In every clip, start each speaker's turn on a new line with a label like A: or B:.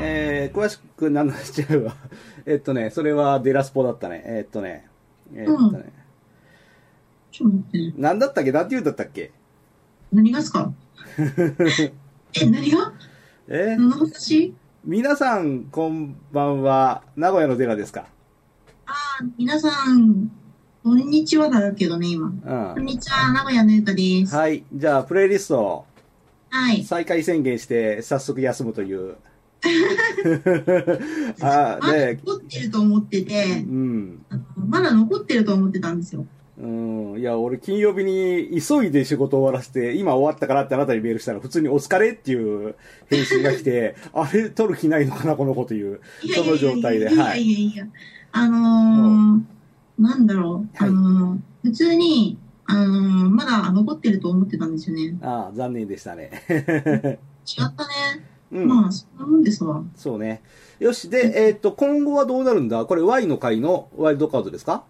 A: えー、詳しく何の話しちゃうわ。 えっとね、それはデラスポだったね。えっとね、えっとね、
B: ちょっと待ってね。
A: 何だったっけなんて言うんだったっけ
B: 何がで すかえ、何が
A: え
B: 何の話
A: 皆さん、こんばんは。名古屋のデラですか
B: あ皆さん、こんにちはだけどね、今。
A: う
B: こん
A: ん。
B: にちは、名古屋のゆかです。は
A: はい。じゃあ、プレイリストを
B: い。
A: 再開宣言して、早速休むと いう。あ
B: まだ
A: で、
B: 残ってると思って
A: う
B: て、
A: ん。
B: まだ残ってると思ってたんですよ。
A: うん。いや、俺、金曜日に急いで仕事終わらせて、今終わったからってあなたにメールしたら、普通にお疲れっていう返信が来て、 あれ、取る気ないのかな、この子という。
B: いやいやいや
A: その状態で
B: いや
A: はい
B: いやいや。あのー、なんだろう。
A: はい
B: あのー、普通に、あのー、まだ残ってると思ってたんですよね。違っ
A: ああ、残念でしたね。
B: たね。
A: うん。
B: まあ、そんなもんですわ。
A: そうね。よし、で、えっ、と、今後はどうなるんだこれ Y の回のワイルドカードですか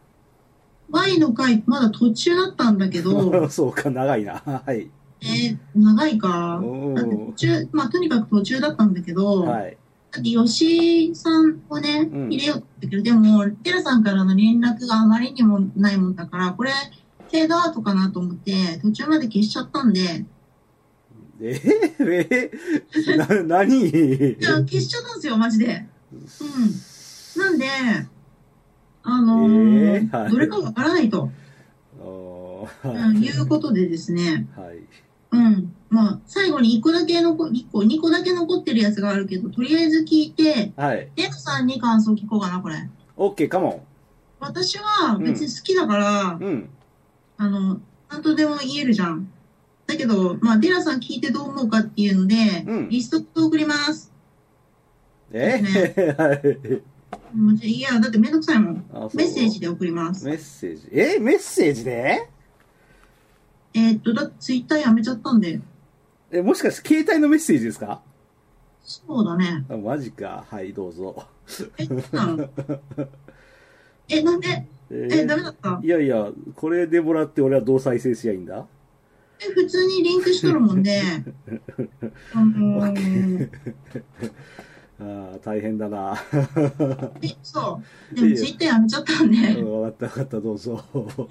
B: Y の回、まだ途中だったんだけ ど、
A: そうか、長いな。はい。
B: えー長いか。
A: お
B: だって途
A: ー
B: 中、まあ、とにかく途中だったんだけど、
A: はい。
B: だって吉井さんをね、
A: うん
B: 入れようって言ったけど、でも、テラさんからの連絡があまりにもないもんだから、これ、フェードアウトかなと思って、途中まで消しちゃったんで、
A: えー、えー、な、何
B: いや、消しちゃったんですよ、マジで。うん。なんで、あの
A: えー
B: ー
A: はい
B: どれかわからないと、
A: お
B: うん、
A: ー
B: いうことでですね、
A: はい。
B: うん。まあ、最後に1個だけ残、1個、2個だけ残ってるやつがあるけど、とりあえず聞いて、
A: はい。
B: テラさんに感想聞こうかな、これ。
A: OK、カモ
B: 私は別に好きだから、
A: ン。うん。
B: あの、なんとでも言えるじゃん。だけど、まあ、デラさん聞いてどう思うかっていうので、
A: うん
B: リスト送ります。
A: えー、 はい。
B: もうじゃいや、だってめんどくさいもん。
A: あそう
B: メッセージで送ります。
A: メッセージ。えーメッセージで
B: えーっと、だってツイッターやめちゃったんで、
A: え、もしかして携帯のメッセージですか
B: そうだね。
A: あマジか。はい、どうぞ。
B: え、どうな のえ、なんで
A: え
B: え、ダメだった
A: いやいや、これでもらって俺はどう再生しやいいんだ
B: え、普通にリンクしとるもん で、あのー、
A: ああ、大変だな。
B: え、そう。でもツイッターやめちゃったんで、
A: うんわかったわかった、どうぞ。
B: うん。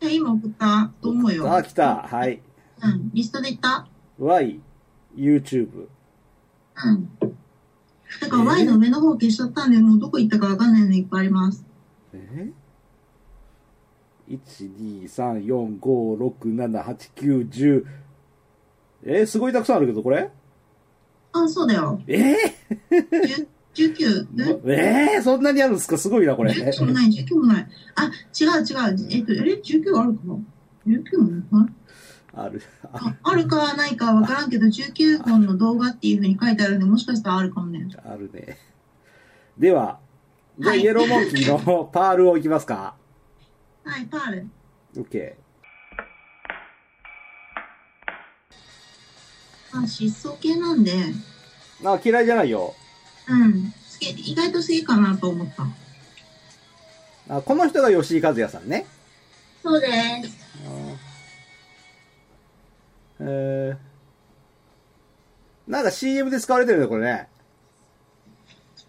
B: じゃあ今送ったと思うよ。
A: ああ、来た。はい。
B: うん。リストで言った
A: Y、YouTube。
B: うん。だから Y の上の方消しちゃったんで、もうどこ行ったかわかんないのいっぱいあります。
A: え ?1,2,3,4,5,6,7,8,9,10 えー、すごいたくさんあるけど、これ
B: あ、そうだよ。
A: えー、
B: 10 19、え
A: えー、そんなにあるんですかすごいな、これ。
B: ?19 もない、19もない。あ、違う違う。えっと、あれ ?19 あるか ?19 もないか
A: ある。あ
B: ああるかないかわからんけど、19本の動画っていうふうに書いてあるんで、もしかしたらあるかもね。
A: あるね。では、じゃあ、
B: はい
A: イエローモンキーのパールをいきますか。
B: はい、パール。
A: OK。
B: あ、失踪系なんで、
A: あ、嫌いじゃないよ。
B: うん。すげ意外と好きかなと思った。
A: あこの人が吉井和也さんね。
B: そうです。
A: えー、なんか CM で使われてるね、これね。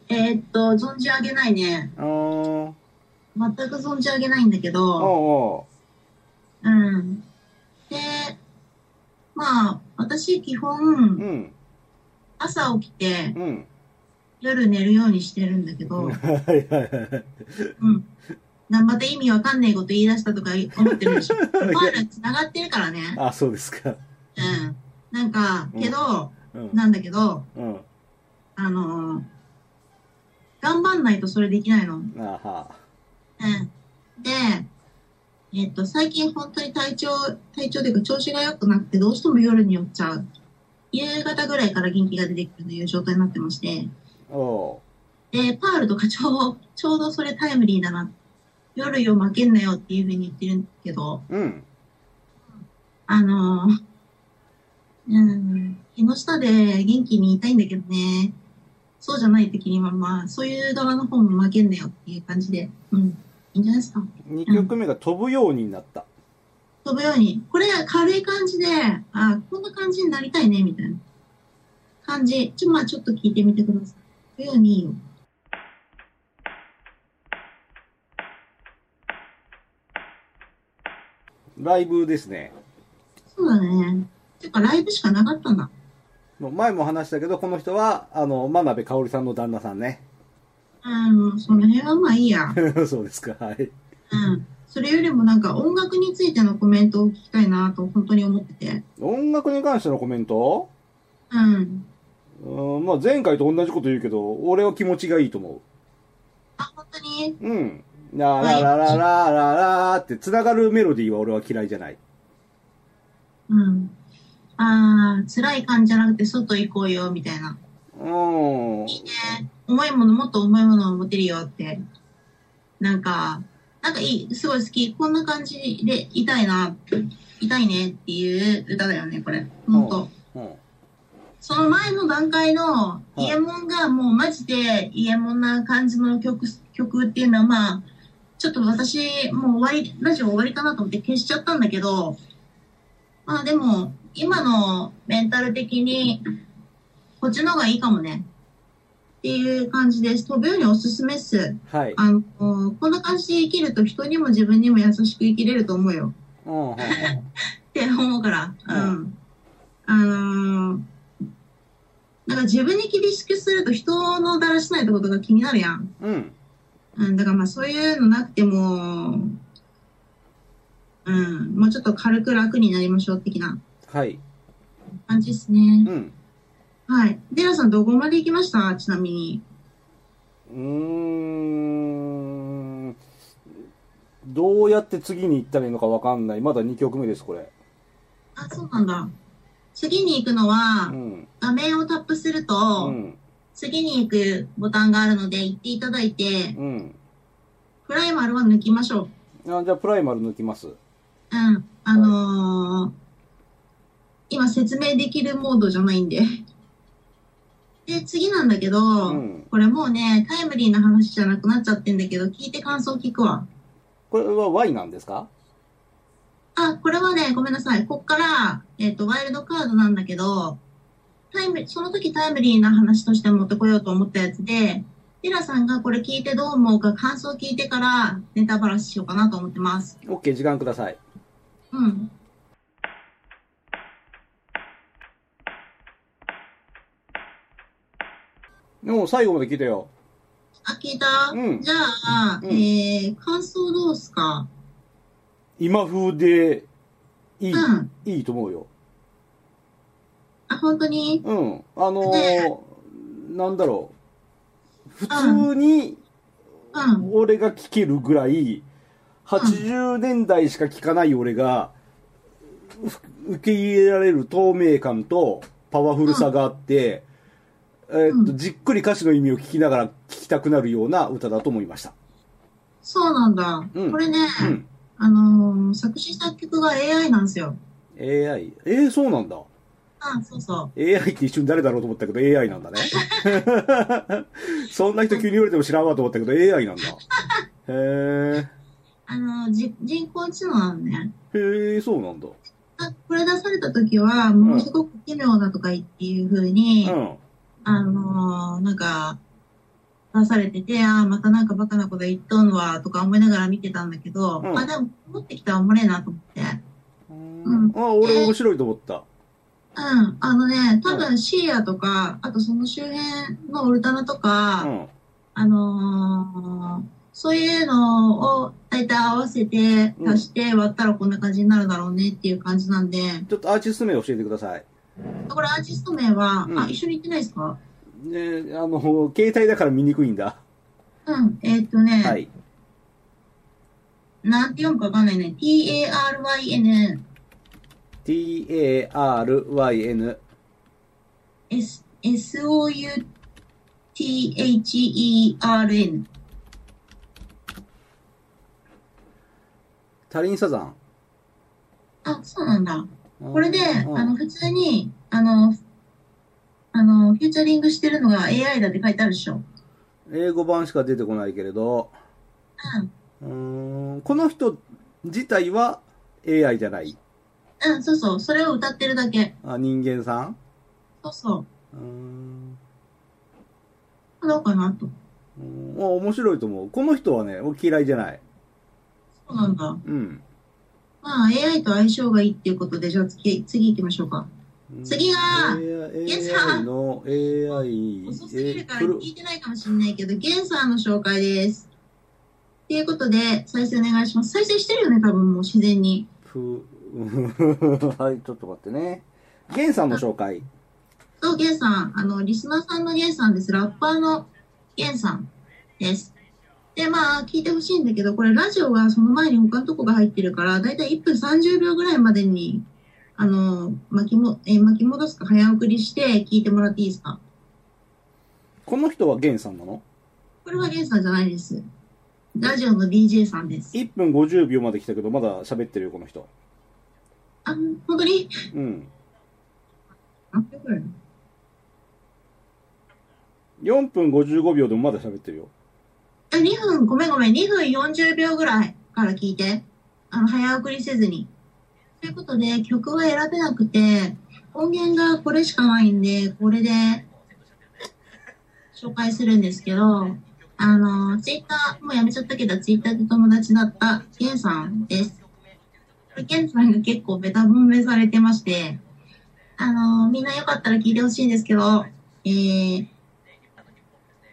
B: えっと、存じ上げないね。
A: うーん。おう
B: 全く存じ上げないんだけど、
A: お
B: うん。で、まあ、私、基本
A: う。う、ん。
B: 朝起きて、
A: うん。
B: 夜寝るようにしてるんだけど、
A: はいはいはい。
B: うん。なんばで意味わかんないこと言い出したとか思ってる でしょ。パールは繋がってるからね。
A: あ、そうですか。
B: うん。なんか、けど、
A: うん。
B: なんだけど、
A: うん。
B: あのー頑張んないとそれできないの。うん。
A: あは
B: で、えっと、最近本当に体調、体調というか調子が良くなくて、どうしても夜に寄っちゃう。夕方ぐらいから元気が出てくるという状態になってまして、
A: お
B: で、パールと課長を、ちょうどそれタイムリーだな。夜よ負けんなよっていうふうに言ってるんだけど、
A: う。うん。
B: あのーうん、日の下で元気にいたいんだけどね、そうじゃない時には、まあ、そういう側の方も負けんなよっていう感じで、うん、いいんじゃないですか。
A: 2曲目が飛ぶようになった。
B: 飛ぶように。これ、軽い感じで、あ、こんな感じになりたいね、みたいな。感じ、ちょ,、まあ、ちょっと聞いてみてください。ようにいいよ。
A: ライブですね。
B: そうだね。てか、ライブしかなかったんだ。
A: 前も話したけど、この人は、あの、真鍋かおりさんの旦那さんね。
B: うん、その辺はまあいいや。
A: そうですか、はい。
B: うん。それよりもなんか音楽についてのコメントを聞きたいなと本当に思ってて。
A: 音楽に関してのコメント
B: うん。
A: うん、まあ前回と同じこと言うけど、俺は気持ちがいいと思
B: あ、本当に
A: う。うん。ララララララララって繋がるメロディーは俺は嫌いじゃない。
B: うん。ああ、辛い感じじゃなくて外行こうよ、みたいな。
A: うん。
B: いいね。重いもの、もっと重いものを持てるよって。なんか、なんかいい。すごい好き。こんな感じでいたいな。いたいねっていう歌だよね、これ。本当。
A: うん。
B: その前の段階の、
A: い
B: イエモンがもうマジでイエモンな感じの曲、曲っていうのはまあ、ちょっと私、もう終わり、ラジオ終わりかなと思って消しちゃったんだけど、まあでも、今のメンタル的に、こっちの方がいいかもね。っていう感じです。飛ぶようにおすすめっす。
A: はい。
B: あの、こんな感じで生きると人にも自分にも優しく生きれると思うよ。
A: うん。うん
B: って思うから、うん。あのーなんか自分に厳しくすると人のだらしないとことが気になるやん。
A: うん。
B: うん、だからまあそういうのなくても、うん、もうちょっと軽く楽になりましょう的な
A: はい。
B: 感じですね。
A: うん。
B: はい。デラさんどこまで行きましたちなみに。
A: うーん。どうやって次に行ったらいいのかわかんない。まだ2曲目です、これ。
B: あ、そうなんだ。次に行くの
A: う
B: は、
A: ん。
B: 画面をタップする
A: う
B: と、
A: ん。
B: 次に行くボタンがあるので行っていただいて、
A: うん。
B: プライマルは抜きましょう。
A: あじゃあ、プライマル抜きます。
B: うん。あのー今説明できるモードじゃないんで。で、次なんだけど、
A: うん。
B: これもうね、タイムリーな話じゃなくなっちゃってんだけど、聞いて感想聞くわ。
A: これは Y なんですか
B: あ、これはね、ごめんなさい。こっから、えっ、と、ワイルドカードなんだけど、タイム、その時タイムリーな話として持ってこようと思ったやつで、ティラさんがこれ聞いてどう思うか感想聞いてからネタバラシしようかなと思ってます。
A: ?OK、時間ください。
B: うん。
A: でも最後まで聞いたよ。
B: あ、聞いた、
A: うん
B: じゃあ、
A: うん
B: えー、感想どうすか
A: 今風で、いい、
B: うん。
A: いいと思うよ。
B: あ、本当に
A: うん。あのー、なんだろう。普通に、
B: うん。
A: 俺が聴けるぐらい、80年代しか聴かない俺が、う受け入れられる透明感とパワフルさがあって、えーっと、
B: うん
A: じっくり歌詞の意味を聞きながら聴きたくなるような歌だと思いました。
B: そうなんだ。
A: うん
B: これね、
A: うん。
B: あのー作詞作曲が AI なんですよ。
A: AI。えー、そうなんだ。
B: あ、そうそう。
A: AI って一瞬誰だろうと思ったけど AI なんだね。 そんな人急に言われても知らんわと思ったけど AI なんだ。へー
B: あのーじ人工知能なのね。
A: へえ、そうなんだ。
B: あこれ出された時は、ものすごく奇妙なとかいっていう風に、
A: うん。
B: あのーなんか、出されてて、あーまたなんかバカなこと言っとんわ、とか思いながら見てたんだけど、
A: うん
B: あ、でも、持ってきたらおもれえなと思って。ん
A: あ、俺面白いと思った。
B: うん、あのね、多分シーアとか、あとその周辺のオルタナとか、
A: うん。
B: あのーそういうのを大体合わせて
A: うん
B: 足して割ったらこんな感じになるだろうねっていう感じなんで、
A: ちょっとアーティスト名教えてください。
B: これアーティスト名は、
A: うん
B: あ、一緒に行ってないですか
A: ね、あの、携帯だから見にくいんだ。
B: うん、えーっとね、
A: はい。
B: なんて読むかわかんないね。t-a-r-y-n-s
A: t-a-r-y-n。
B: s-o-u-t-h-e-r-n
A: タリンサザン。
B: あ、そうなんだ。
A: うん
B: これで、
A: うん
B: あの、普通に、あの、あの、フューチャリングしてるのが AI だって書いてあるでしょ。
A: 英語版しか出てこないけれど、うーん、この人自体は AI じゃない。
B: うん、そうそう、それを歌ってるだけ。
A: あ、人間さん
B: そうそう。
A: うーん
B: どうかなと。
A: うんあ面白いと思うこの人はね嫌いじゃない
B: そうなんだ。
A: うん
B: まあ、AI と相性がいいっていうことで、じゃあ次、次行きましょうか。次が
A: AI,
B: ゲさ
A: AI の AI
B: 遅すぎるから
A: えー
B: 聞いてないかもしれないけど、ゲンさんの紹介です。ということで、再生お願いします。再生してるよね、多分もう自然に。
A: ふはいちょっと待ってねゲンさんの紹介
B: そう、ゲンさん、あの、リスナーさんのゲンさんです。ラッパーのゲンさんです。で、まあ、聞いてほしいんだけど、これラジオがその前に他のとこが入ってるから、だいたい1分30秒ぐらいまでに、あの、巻きも、えー巻き戻すか早送りして聞いてもらっていいですか
A: この人はゲンさんなの
B: これはゲンさんじゃないです。ラジオの DJ さんです。
A: 1分50秒まで来たけどまだ喋ってるよこの人
B: あ、本当に
A: うん
B: 何分ぐらい
A: 4分55秒でもまだ喋ってるよ
B: え、2分、ごめんごめん、2分40秒ぐらいから聞いて。あの、早送りせずに。ということで、曲は選べなくて、音源がこれしかないんで、これで、紹介するんですけど、あの、ツイッター、もうやめちゃったけど、ツイッターで友達だった、ゲンさんです。これゲンさんが結構ベタ褒めされてまして、あの、みんなよかったら聞いてほしいんですけど、えー、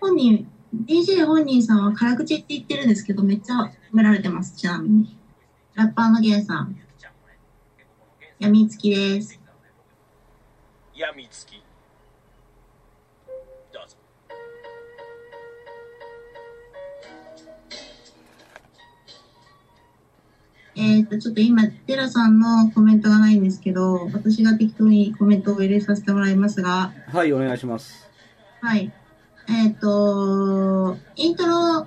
B: 本人、DJ 本人さんは辛口って言ってるんですけど、めっちゃ褒められてます、ちなみに。ラッパーのゲンさん。やみつきです。
C: やみつきどうぞ
B: えっ、と、ちょっと今、テラさんのコメントがないんですけど、私が適当にコメントを入れさせてもらいますが、
A: はいお願いします
B: はい。えっ、と、イントロ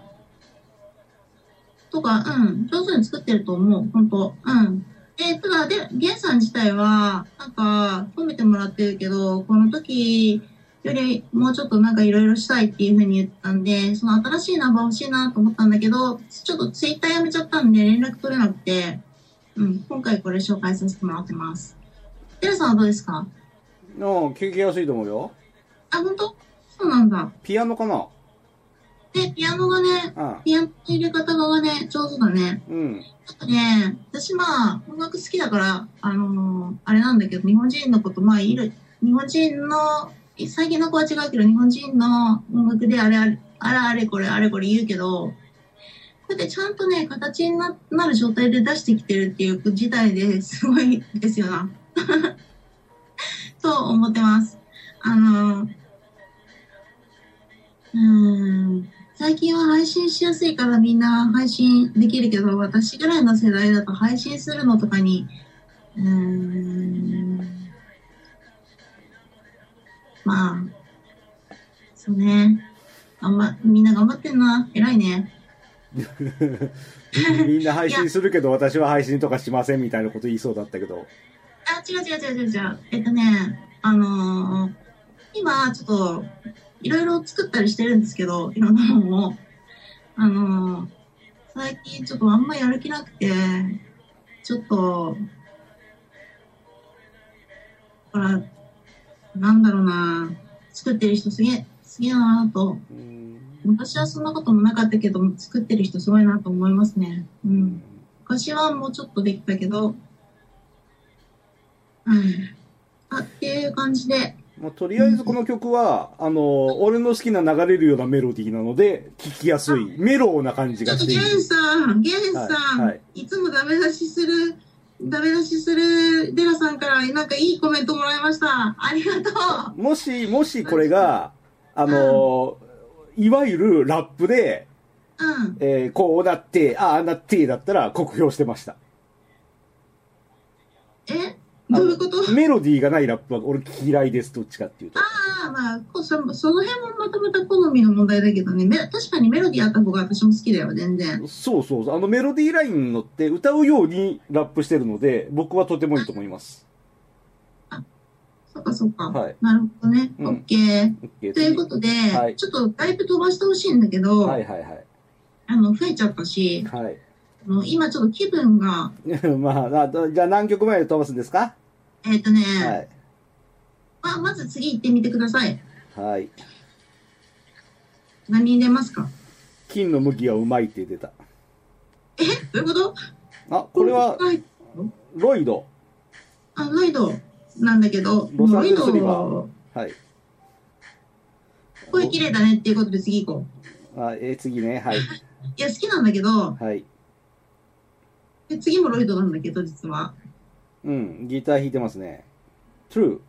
B: とか、うん、上手に作ってると思う、本当うん。で、ただ、で、ゲンさん自体は、なんか、褒めてもらってるけど、この時よりもうちょっとなんかいろいろしたいっていうふうに言ったんで、その新しいナンバー欲しいなと思ったんだけど、ちょっとツイッターやめちゃったんで連絡取れなくて、うん、今回これ紹介させてもらってます。テラさんはどうです
A: あ
B: か
A: あ聞きやすいと思うよ
B: あ、本当そうなんだ。
A: ピアノかな
B: で、ピアノがね、
A: ああ
B: ピアノの入れ方がね、上手だね。
A: うん
B: あとね、私まあ、音楽好きだから、あのーあれなんだけど、日本人のこと、まあ、いる、日本人の、え最近の子は違うけど、日本人の音楽であれあれ、あれあれこれあれこれ言うけど、こうやってちゃんとね、形にななる状態で出してきてるっていう事態ですごいですよな。 と思ってます。あのーうーん。最近は配信しやすいからみんな配信できるけど、私ぐらいの世代だと配信するのとかに、うーん、まあ、そうね。あんま、みんな頑張ってんな。偉いね。
A: みんな配信するけど私は配信とかしませんみたいなこと言いそうだったけど
B: あ、違う違う違う違う違う。えっとね、あのー今、ちょっと、いろいろ作ったりしてるんですけど、いろんなものを。あのー最近ちょっとあんまやる気なくて、ちょっと、ほら、なんだろうな、作ってる人すげえ、すげえなと。
A: うん
B: 昔はそんなこともなかったけど、作ってる人すごいなと思いますね。うん。昔はもうちょっとできたけど、うん。あ、っていう感じで、
A: まあ、とりあえずこの曲は、あの俺の好きな流れるようなメロディーなので聴きやすいメローな感じ
B: ちょ
A: が
B: っ
A: し
B: と
A: てい
B: ゲ
A: る
B: ンさん、ゲン
A: は
B: さん、
A: い
B: い
A: はい
B: つもダメ出しする、ダメ出しするデラさんからなんかいいコメントもらいました。ありがとう。
A: もしもしこれがあのいわゆるラップで、
B: うん。
A: えーこうなってああなってだったら酷評してました
B: え
A: あの
B: どういうこと
A: メロディーがないラップは俺嫌いですどっちかっていうと
B: ああ、まあ、こそその辺もまたまた好みの問題だけどね。め確かにメロディーあった方が私も好きだよ、全然。
A: そうそうそうあのメロディーラインに乗って歌うようにラップしてるので僕はとてもいいと思います
B: そっかそっか。
A: はい
B: なるほどね。
A: うん
B: オッケー。
A: OK
B: ということで、
A: はい
B: ちょっとだいぶ飛ばしてほしいんだけど、
A: はいはいはい
B: あの、増えちゃったし、
A: はい
B: あの今ちょっと気分が、
A: まあ、あとじゃあ何曲前で飛ばすんですか、
B: えっ、とね、
A: はい。
B: まあ、まず次行ってみてください。
A: はい。
B: 何入れますか
A: 金の麦はうまいって出た。
B: えどういうこと
A: あ、これは、
B: い
A: ロイド。
B: あ、ロイドなんだけど、
A: ロサンゼル
B: ロ
A: ス
B: イ
A: リ
B: ド
A: バーはい。
B: 声綺麗だねっていうことで次行こう。
A: あ、えー次ね。はい。
B: いや、好きなんだけど、
A: はい。
B: で次もロイドなんだけど、実は。
A: うん、ギター弾いてますね。True。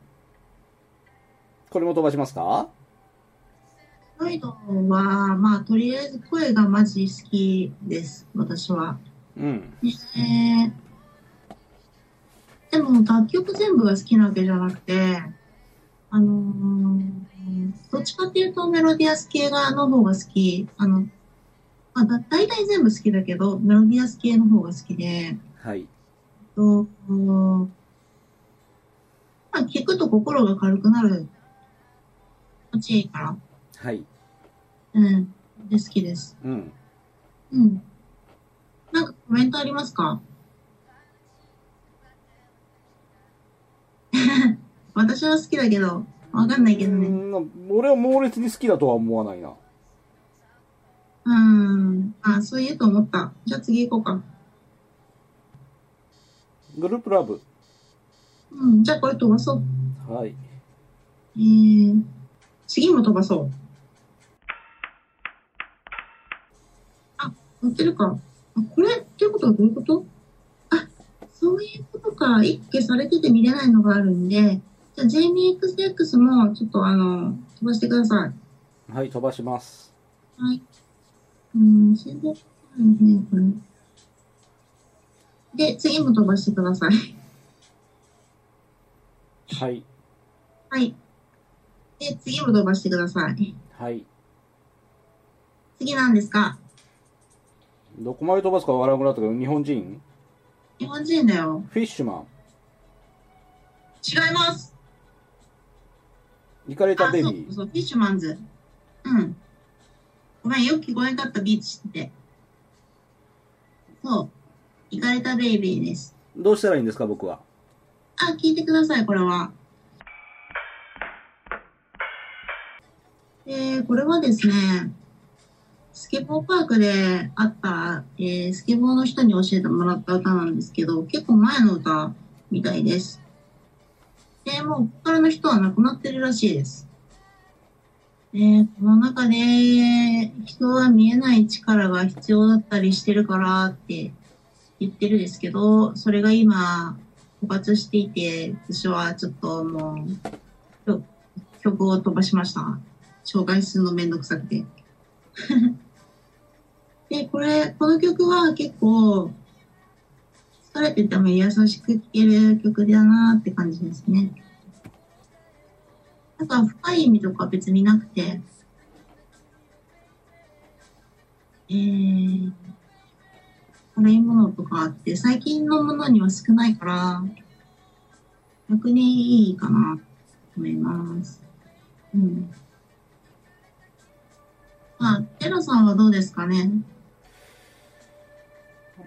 A: これも飛ばしますか
B: ロイドは、まあ、とりあえず声がマジ好きです、私は。
A: うん。
B: えーでも楽曲全部が好きなわけじゃなくて、あのーどっちかっていうとメロディアス系がの方が好き。あの、まあ、だ大体全部好きだけど、メロディアス系の方が好きで、
A: はい。
B: とまあ、聞くと心が軽くなる。気持ちいいから。
A: はい。
B: うん。で、好きです。
A: うん。
B: うん。なんかコメントありますか 私は好きだけど、わかんないけど
A: う
B: ね。
A: ん俺は猛烈に好きだとは思わないな。
B: うん。あ、そう言うと思った。じゃあ次行こうか。
A: グループラブ。
B: うん。じゃあこれ飛ばそう。
A: はい。
B: えー、次も飛ばそう。あ、乗ってるか。あ、これっていうことはどういうことあ、そういうことか。一挙されてて見れないのがあるんで、じゃあ JMXX もちょっとあの、飛ばしてください。
A: はい、飛ばします。
B: はい。うん、死んでないね、これ。で、次も飛ばしてください。
A: はい。
B: はい。で、次も飛ばしてください。
A: はい。
B: 次なんですか
A: どこまで飛ばすかわからなくなったけど、日本人
B: 日本人だよ。
A: フィッシュマ
B: 違います
A: ン。イカれたベビー
B: あ、そうそう、フィッシュマンズ。うん。ごめん、よく聞こえなかったビーチって。そう。イカれたベイビーです。
A: どうしたらいいんですか、僕は。
B: あ、聞いてください、これは。えー、これはですね、スケボーパークで会った、えースケボーの人に教えてもらった歌なんですけど、結構前の歌みたいです。で、もうここからの人は亡くなってるらしいです。えー、この中で人は見えない力が必要だったりしてるからって言ってるんですけど、それが今、枯渇していて、私はちょっともう、曲曲を飛ばしました。紹介するのめんどくさくて。 で、これ、この曲は結構、疲れてても優しく聴ける曲だなって感じですね。なんか深い意味とか別になくて、えー、洗い物とかあって、最近のものには少ないから、逆にいいかなと思います。うん。まあ、テラさんはどうですかね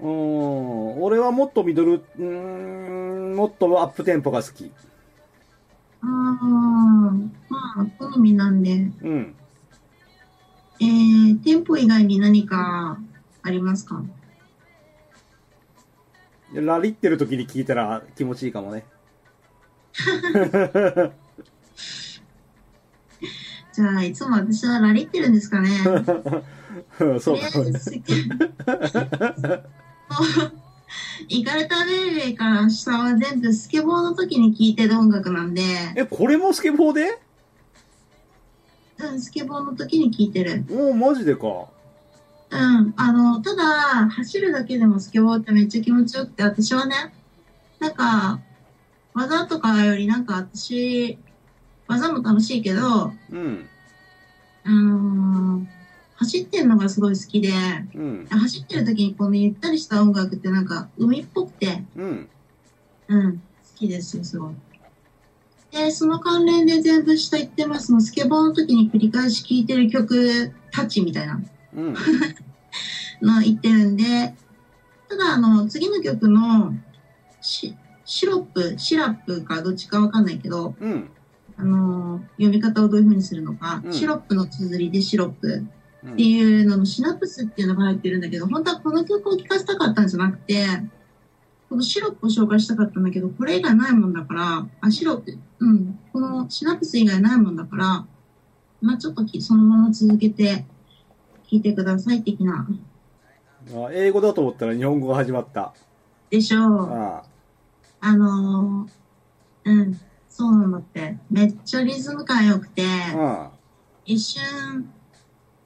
A: うーん、俺はもっとミドル、うーん、もっとアップテンポが好き。
B: ああ、まあ、好みなんで。
A: うん。
B: えー、店舗以外に何かありますか
A: ラリってる時に聞いたら気持ちいいかもね。
B: じゃあ、いつも私はラリってるんですかね
A: うん そ
B: と
A: う
B: りあ
A: かも
B: え
A: ね。
B: ず、行かれたレ イレイから下は全部スケボーの時に聴いてる音楽なんで、
A: え、これもスケボーで
B: うん、スケボーの時に聴いてる。
A: おー、マジでか。
B: うん、あの、ただ、走るだけでもスケボーってめっちゃ気持ちよくて、私はね、なんか、技とかよりなんか私、技も楽しいけど、
A: うん、
B: あのー走ってんのがすごい好きで、
A: うん、
B: 走ってる時にこのゆったりした音楽ってなんか海っぽくて、
A: うん。
B: うん、好きですよ、すごい。で、その関連で全部下行ってますの、スケボーの時に繰り返し聴いてる曲たちみたいな
A: うん。
B: の言ってるんで、ただ、あの、次の曲のシシロップ、シラップかどっちかわかんないけど、
A: うん。
B: あの読み方をどういうふうにするのか、
A: うん
B: シロップの綴りでシロップ
A: うん
B: っていうののシナプスっていうのが入ってるんだけど、本当はこの曲を聴かせたかったんじゃなくて、このシロップを紹介したかったんだけど、これ以外ないもんだから、あ、シロップ、うん、このシナプス以外ないもんだから、まあちょっときそのまま続けて聴いてください的な、
A: あ英語だと思ったら日本語が始まった。
B: でしょう。
A: ああ
B: あのーうん、そうなんだって。めっちゃリズム感良くて、
A: あ
B: 一瞬、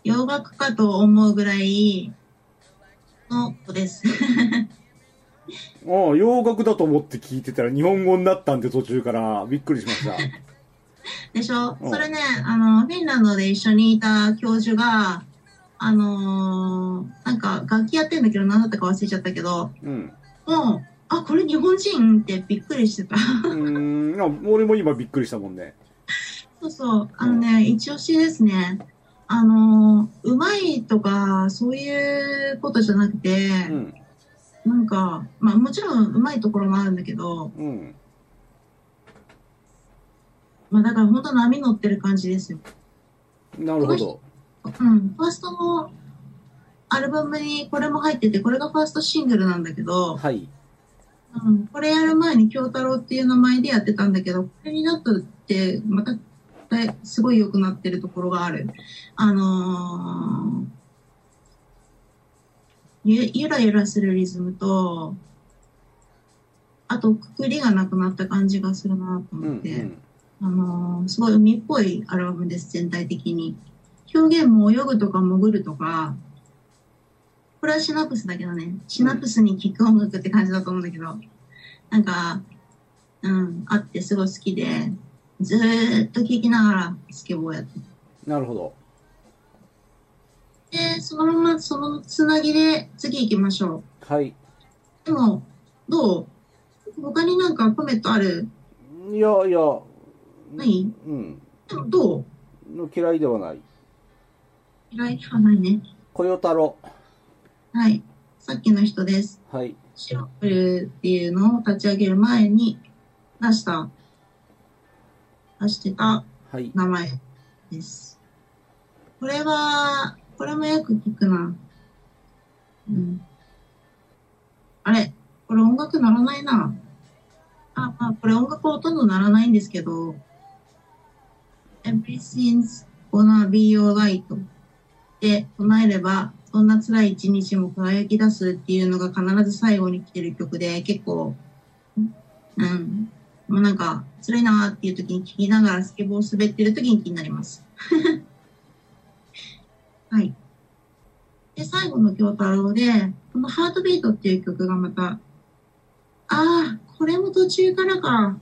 B: 洋楽かと思うぐらいの子です。
A: ああ洋楽だと思って聞いてたら日本語になったんで途中からびっくりしました。
B: でしょ
A: うん
B: それね、あの、フィンランドで一緒にいた教授が、あのーなんか楽器やってんだけど何だったか忘れちゃったけど、
A: うん。
B: もう、あ、これ日本人ってびっくりしてた。
A: うーんあ俺も今びっくりしたもんね。
B: そうそう、あのね、一押しですね。あのー、うまいとか、そういうことじゃなくて、
A: うん。
B: なんか、まあもちろんうまいところもあるんだけど、
A: うん。
B: まあだから本当波乗ってる感じですよ。
A: なるほど。
B: うん、ファーストのアルバムにこれも入ってて、これがファーストシングルなんだけど、
A: はい。
B: うん、これやる前に京太郎っていう名前でやってたんだけど、これになったって、また、すごい良くなってるところがある。あのーゆ、ゆらゆらするリズムと、あと、くくりがなくなった感じがするなと
A: うんう
B: 思って。
A: ん。
B: あのーすごい海っぽいアルバムです、全体的に。表現も泳ぐとか潜るとか、これはシナプスだけどね、シナプスに聴く音楽って感じだと思うんだけど、なんか、うん、あってすごい好きで、ずーっと聴きながらスケボーやって
A: なるほど。
B: て、そのままそのつなぎで次行きましょ
A: はい。
B: う。でも、どう他になんかコメントある
A: いやいや、
B: ない
A: うん。
B: でもどう
A: 嫌いではない。
B: 嫌いではないね。
A: こよ太郎。
B: はい。さっきの人です。
A: はい。
B: シロップっていうのを立ち上げる前に出した、出してた
A: はい。
B: 名前です。これは、これもよく聞くな。うん。あれこれ音楽鳴らないな。あ、まあ、これ音楽ほとんど鳴らないんですけど、Everything's gonna be alright って唱えれば、そんな辛い一日も輝き出すっていうのが必ず最後に来てる曲で、結構、うん、もうなんか、辛いなーっていう時に聴きながらスケボーを滑ってる時に気になります。 はい。で、最後の京太郎で、このハートビートっていう曲がまた、あー、これも途中からか。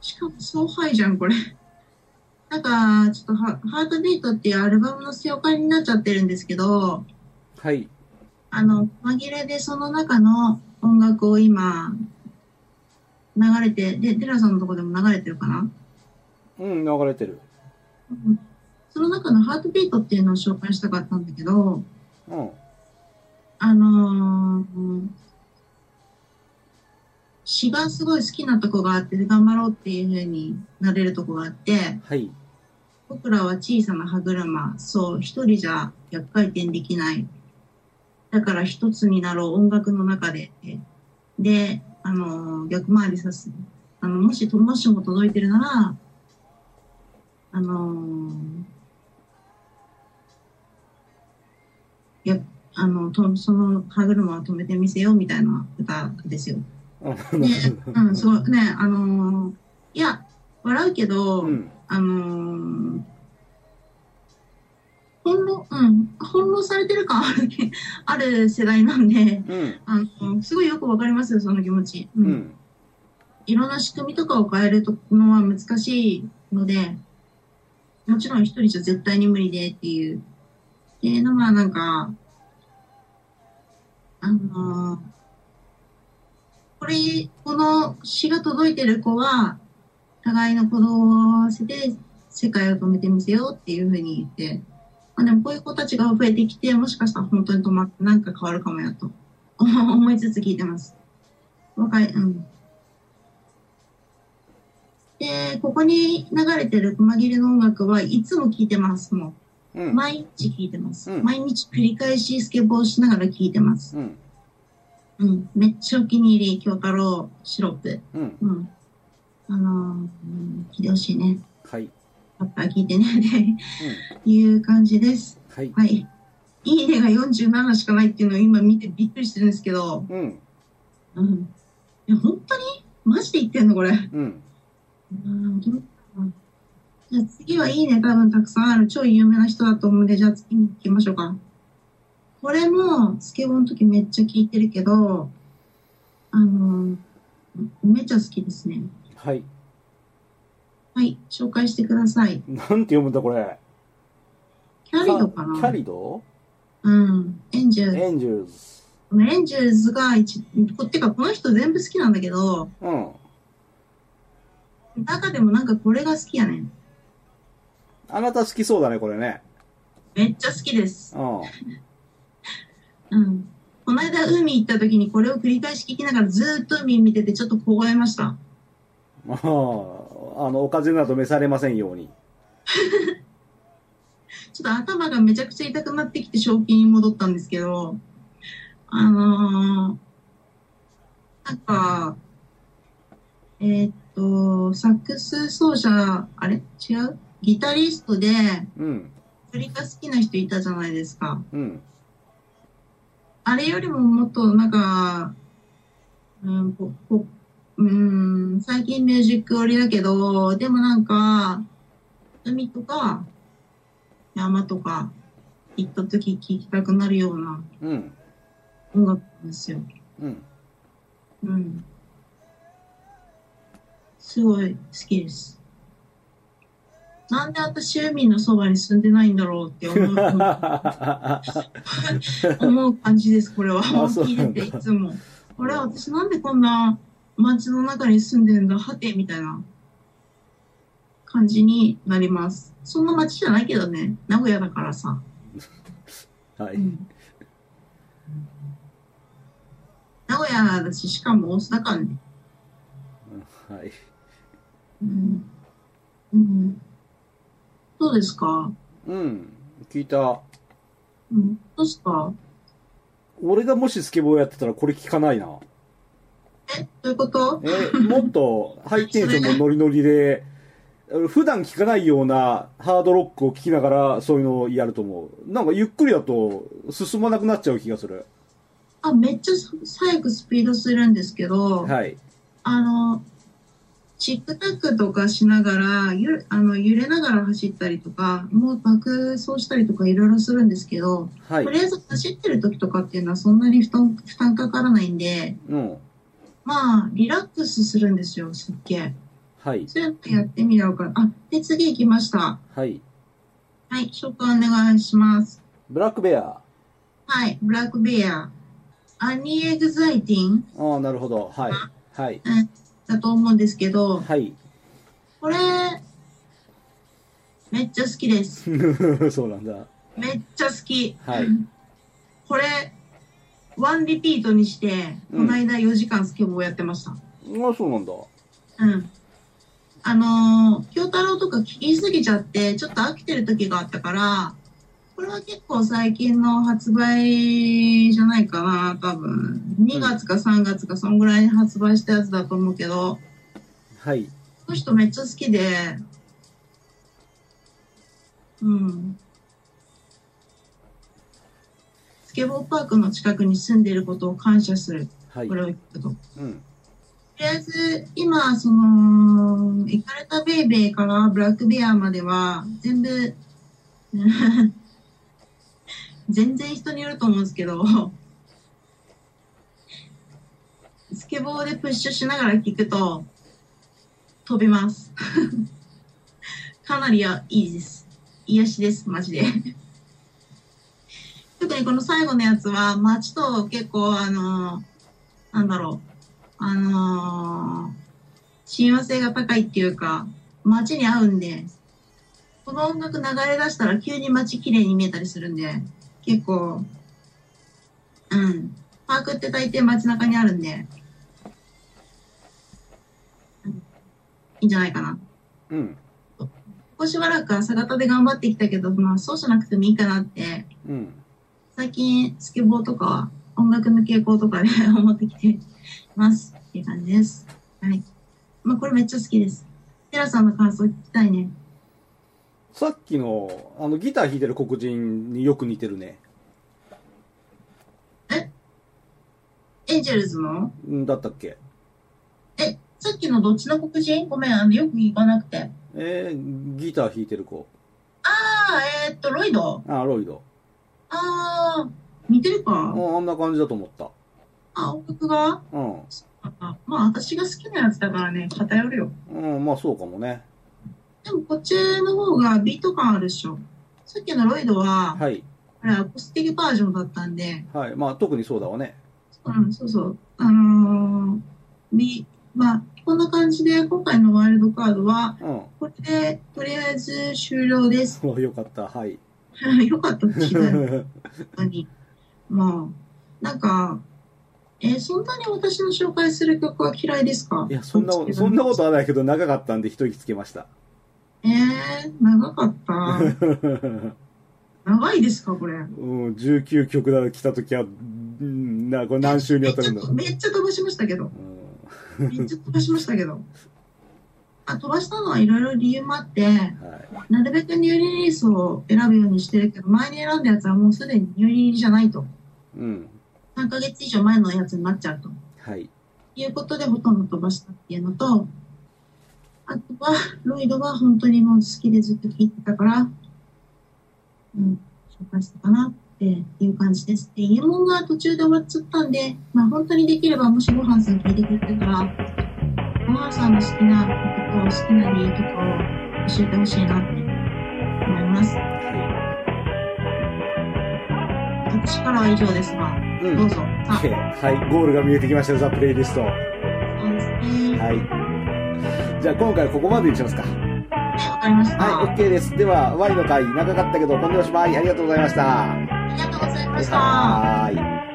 B: しかも、そうハイじゃん、これ。なんか、ちょっとハ、ハートビートっていうアルバムの正解になっちゃってるんですけど、
A: はい。
B: あの、紛れでその中の音楽を今、流れて、で、テラさんのとこでも流れてるかな、
A: うん、流れてる。
B: うん、その中のハートビートっていうのを紹介したかったんだけど、
A: うん。
B: あのー詩がすごい好きなとこがあって、頑張ろうっていう風になれるとこがあって、
A: はい。
B: 僕らは小さな歯車、そう、一人じゃ逆回転できない。だから一つになろう、音楽の中で。で、あの、逆回りさす。あの、もし、もしも届いてるなら、あの、や、あの、とその歯車を止めてみせようみたいな歌ですよ。ね、うん、そうね、あの、いや、笑うけど、
A: うん。
B: あのー、翻弄、うん、翻弄されてる感あるけ、ある世代なんで、
A: うん。
B: あの、すごいよくわかりますよ、その気持ち。う
A: うんん。
B: いろんな仕組みとかを変えるのは難しいので、もちろん一人じゃ絶対に無理でっていう、っていうのはなんか、あのーこれ、この詩が届いてる子は、互いの行動を合わせて世界を止めてみせようっていうふうに言って、まあ、でもこういう子たちが増えてきて、もしかしたら本当に止まってなんか変わるかもやと思いつつ聞いてます。若い、うん。で、ここに流れてる細切れの音楽はいつも聴いてます、も
A: う
B: う。
A: ん。
B: 毎日聴いてます。
A: うん
B: 毎日繰り返しスケボーしながら聴いてます。
A: うん。
B: うん。めっちゃお気に入り、京太郎シロップ。
A: うん。
B: うん。あのーうん、聴いてほしいね。
A: はい。うん。
B: やっぱ聴いてね。っていう感じです。
A: はい。
B: はい。いいねが47しかないっていうのを今見てびっくりしてるんですけど。
A: うん。
B: うん。いや、本当にマジで言ってんのこれ。
A: うん。
B: うん、どうかなじゃあ次はいいね、多分たくさんある超有名な人だと思うんで、じゃあ次に行きましょうか。これも、スケボーの時めっちゃ聞いてるけど、あのー、めっちゃ好きですね。
A: はい。
B: はい、紹介してください。
A: なんて読むんだこれ。
B: キャリドかな
A: キャリド
B: うん。エンジェル
A: エンジェルズ。
B: ズ。エンジェルズが一、こってかこの人全部好きなんだけど、
A: うん。
B: 中でもなんかこれが好きやねん。
A: あなた好きそうだね、これね。
B: めっちゃ好きです。
A: うん。
B: うんこの間海行った時にこれを繰り返し聞きながらずーっと海見ててちょっと凍えました。
A: まあ、あの、お風邪など召されませんように。
B: ちょっと頭がめちゃくちゃ痛くなってきて正気に戻ったんですけど、あのー、なんか、えーっと、サックス奏者、あれ違うギタリストで
A: うん。
B: 振りが好きな人いたじゃないですか。
A: うん。
B: あれよりももっとなんか、うん、ここうん最近ミュージック寄りだけど、でもなんか、海とか山とか行った時聴きたくなるような
A: うん。
B: 音楽なんですよ。
A: うん。
B: うん。すごい好きです。なんで私海のそばに住んでないんだろうって思う思う感じです、これは。
A: あそう
B: 聞い
A: な
B: て
A: んだ
B: て、いつも。これは私なんでこんな街の中に住んでるんだ、はて、みたいな感じになります。そんな街じゃないけどね、名古屋だからさ。
A: は
B: う
A: い。
B: ん、名古屋だし、しかも大須だからね。
A: はい。
B: うん。うん。どうですか
A: うん。聞いた。
B: うん。どうですか
A: 俺がもしスケボーやってたらこれ聞かないな。
B: え、どういうこと
A: え、もっとハイテンションのノリノリで、普段聞かないようなハードロックを聞きながらそういうのをやると思う。なんかゆっくりだと進まなくなっちゃう気がする。
B: あ、めっちゃ早くスピードするんですけど、
A: はい。
B: あの、チックタックとかしながら、ゆあの揺れながら走ったりとか、もう爆走したりとかいろいろするんですけど、
A: は
B: と
A: い。
B: りあえず走ってる時とかっていうのはそんなに負担負担かからないんで、
A: うん。
B: まあ、リラックスするんですよ、すっげえ。
A: はい。
B: そういうのやってみようかな。あ、で、次行きました。
A: はい。
B: はい、紹介お願いします。
A: ブラックベア。あ
B: はい、ブラックベア。アニエグザイティン
A: あー、なるほど。はい。はい。
B: だと思うんですけど、
A: はい。
B: これ、めっちゃ好きです。
A: そうなんだ。
B: めっちゃ好き。
A: はい
B: これ、ワンリピートにして、こ
A: うん
B: の間4時間スケボーやってました。
A: あそうなんだ。
B: うん。あのー、京太郎とか聞きすぎちゃって、ちょっと飽きてる時があったから、これは結構最近の発売じゃないかな、多分。2月か3月か、そんぐらいに発売したやつだと思うけど、
A: はい。
B: この人めっちゃ好きで、うん。スケボーパークの近くに住んでいることを感謝する。
A: はい
B: こ。れを聞くと。と
A: うん。
B: りあえず、今、その、行かれたベイベーからブラックベアまでは、全部、 うん全然人によると思うんですけど、スケボーでプッシュしながら聞くと、飛びます。 かなりやいいです。癒しです、マジで。 特にこの最後のやつは、街と結構、あのーなんだろう、あのー親和性が高いっていうか、街に合うんで、この音楽流れ出したら急に街綺麗に見えたりするんで、結構、うん。パークって大抵街中にあるんで、いんじゃないかな。
A: うん
B: ここしばらく朝方で頑張ってきたけど、まあそうじゃなくてもいいかなって、
A: うん
B: 最近スケボーとか音楽の傾向とかで思ってきてますっていう感じです。はい。まあこれめっちゃ好きです。テラさんの感想聞きたいね。
A: さっきのあのギター弾いてる黒人によく似てるね
B: エンジェルズの
A: んだったっけ
B: え、さっきのどっちの黒人ごめん、あの、よく言わなくて。
A: えー、ギター弾いてる子
B: ああ、えーっと、ロイド
A: あロイド
B: ああ、似てる
A: あ
B: か
A: あんな感じだと思った
B: あ、音楽が
A: うん
B: あまあ、私が好きなやつだからね、偏るよ。
A: うん、まあそうかもね。
B: でも、こっちの方がビート感あるでしょ。さっきのロイドは、
A: はい。
B: あれ、アコースティックバージョンだったんで、
A: はい。まあ特にそうだわね。
B: うん、そうそう。あのー、ビ、まあ、こんな感じで、今回のワイルドカードは、
A: うん。
B: これで、とりあえず終了です。
A: そうよかった。 はい。
B: よかった、聞いたよ。本当に。 まあ、なんか、えーそんなに私の紹介する曲は嫌いですか
A: いや、そんな、そんなことはないけど長かったんで一息つけま した。
B: えー、長か った。
A: う
B: 長いですか、これ。
A: ん、19曲だ来た時は、うん、な、これ何週に
B: め
A: わ
B: ったち
A: る
B: ゃ
A: んだろう。
B: めっちゃ飛ばしましたけど。めっちゃ飛ばしましたけど。あ飛ばしたのはいろいろ理由もあっ て、
A: うんはい。
B: なるべくニューリリースを選ぶようにしてるけど、前に選んだやつはもうすでにニューリリースじゃないと。
A: うん。
B: 3ヶ月以上前のやつになっちゃうと。
A: はい。
B: いうことでほとんど飛ばしたっていうのと、あとは、ロイドは本当にもう好きでずっと聴いてたから、うん、紹介したかなっていう感じです。で、イエモンが途中で終わっちゃったんで、まあ本当にできればもしご飯さん聴いてくれてたら、ご飯さんの好きな曲と好きな理由とかを教えてほしいなって思います。
A: は
B: 私からは以上ですが、
A: い。う
B: ど
A: ん。
B: うぞ。あ、
A: OK はい。ゴールが見えてきましたよ、ザ・プレイリスト。は。
B: そうですね。はい
A: じゃあ今回はここまでにしますか。
B: い、わかりました。
A: はい、OK です。では、ワイの回、長かったけど、今度おしまい。ありがとうございました。
B: ありがとうございました。
A: はーい。